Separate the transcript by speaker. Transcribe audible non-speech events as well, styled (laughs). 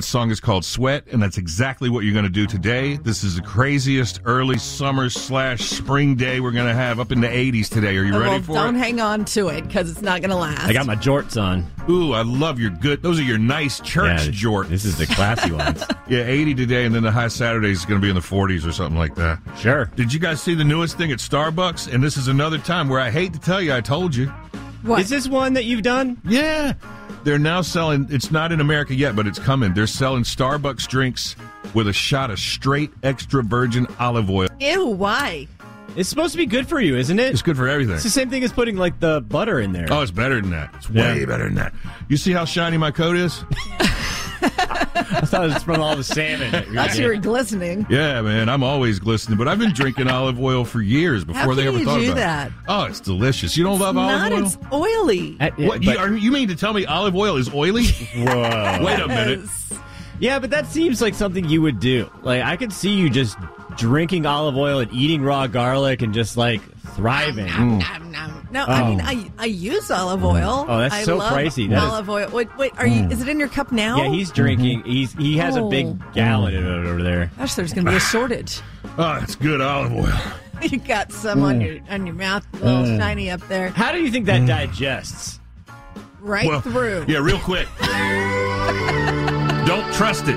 Speaker 1: song is called Sweat, and that's exactly what you're going to do today. This is the craziest early summer slash spring day we're going to have up in the 80s today. Are you ready
Speaker 2: Oh, well,
Speaker 1: for
Speaker 2: don't
Speaker 1: it?
Speaker 2: hang on to it because it's not going to last.
Speaker 3: I got my jorts on.
Speaker 1: Ooh, I love your good. Those are your nice church
Speaker 3: Yeah,
Speaker 1: jorts.
Speaker 3: This is the
Speaker 1: (laughs)
Speaker 3: classy ones.
Speaker 1: yeah, 80 today, and then the high Saturday is going to be in the 40s or something like that.
Speaker 3: Sure.
Speaker 1: Did you guys see the newest thing at Starbucks? And this is another time where I hate to tell you, I told you.
Speaker 2: what?
Speaker 3: Is this one that you've done?
Speaker 1: Yeah. They're now selling, it's not in America yet, but it's coming. They're selling Starbucks drinks with a shot of straight extra virgin olive oil.
Speaker 2: Ew, why?
Speaker 3: It's supposed to be good for you, isn't it?
Speaker 1: It's
Speaker 3: It's,
Speaker 1: good for everything.
Speaker 3: the same thing as putting like the butter in there.
Speaker 1: Oh, it's better than that. It's
Speaker 3: Yeah.
Speaker 1: way better than that. You see how shiny my coat is?
Speaker 3: I thought it was from all the salmon. that we
Speaker 2: That's
Speaker 3: did.
Speaker 2: your glistening.
Speaker 1: (laughs) Yeah, man. I'm always glistening, but I've been drinking olive oil for years before they
Speaker 2: can
Speaker 1: ever
Speaker 2: you
Speaker 1: thought
Speaker 2: do
Speaker 1: about
Speaker 2: that?
Speaker 1: it. Oh, it's delicious. You don't love
Speaker 2: not,
Speaker 1: olive oil?
Speaker 2: it's oily.
Speaker 3: Uh, yeah,
Speaker 1: what, you,
Speaker 3: but-
Speaker 1: are, you mean to tell me olive oil is
Speaker 2: (laughs)
Speaker 1: oily?
Speaker 3: Whoa.
Speaker 1: Wait a minute.
Speaker 2: Yes.
Speaker 3: yeah, but that seems like something you would do. Like I could see you just drinking olive oil and eating raw garlic and just like thriving.
Speaker 2: Nom, nom. No, I mean I I use olive oil.
Speaker 3: Oh, that's
Speaker 2: I
Speaker 3: so
Speaker 2: love
Speaker 3: pricey. That is- Mm.
Speaker 2: olive oil. Wait, wait, are you? Is it in your cup now?
Speaker 3: Yeah, he's
Speaker 1: Mm-hmm.
Speaker 3: drinking. He's he has a
Speaker 2: Oh.
Speaker 3: big gallon of it over there.
Speaker 2: Gosh, there's
Speaker 3: (sighs)
Speaker 2: going to be a shortage. (laughs)
Speaker 1: Oh, it's good olive oil.
Speaker 2: you got some
Speaker 3: Mm.
Speaker 2: on your on your mouth, a little shiny up there,
Speaker 3: How do you think
Speaker 1: Mm.
Speaker 3: that digests?
Speaker 2: right
Speaker 1: Well,
Speaker 2: through.
Speaker 1: Yeah, real
Speaker 2: (laughs)
Speaker 1: quick. Don't trust it.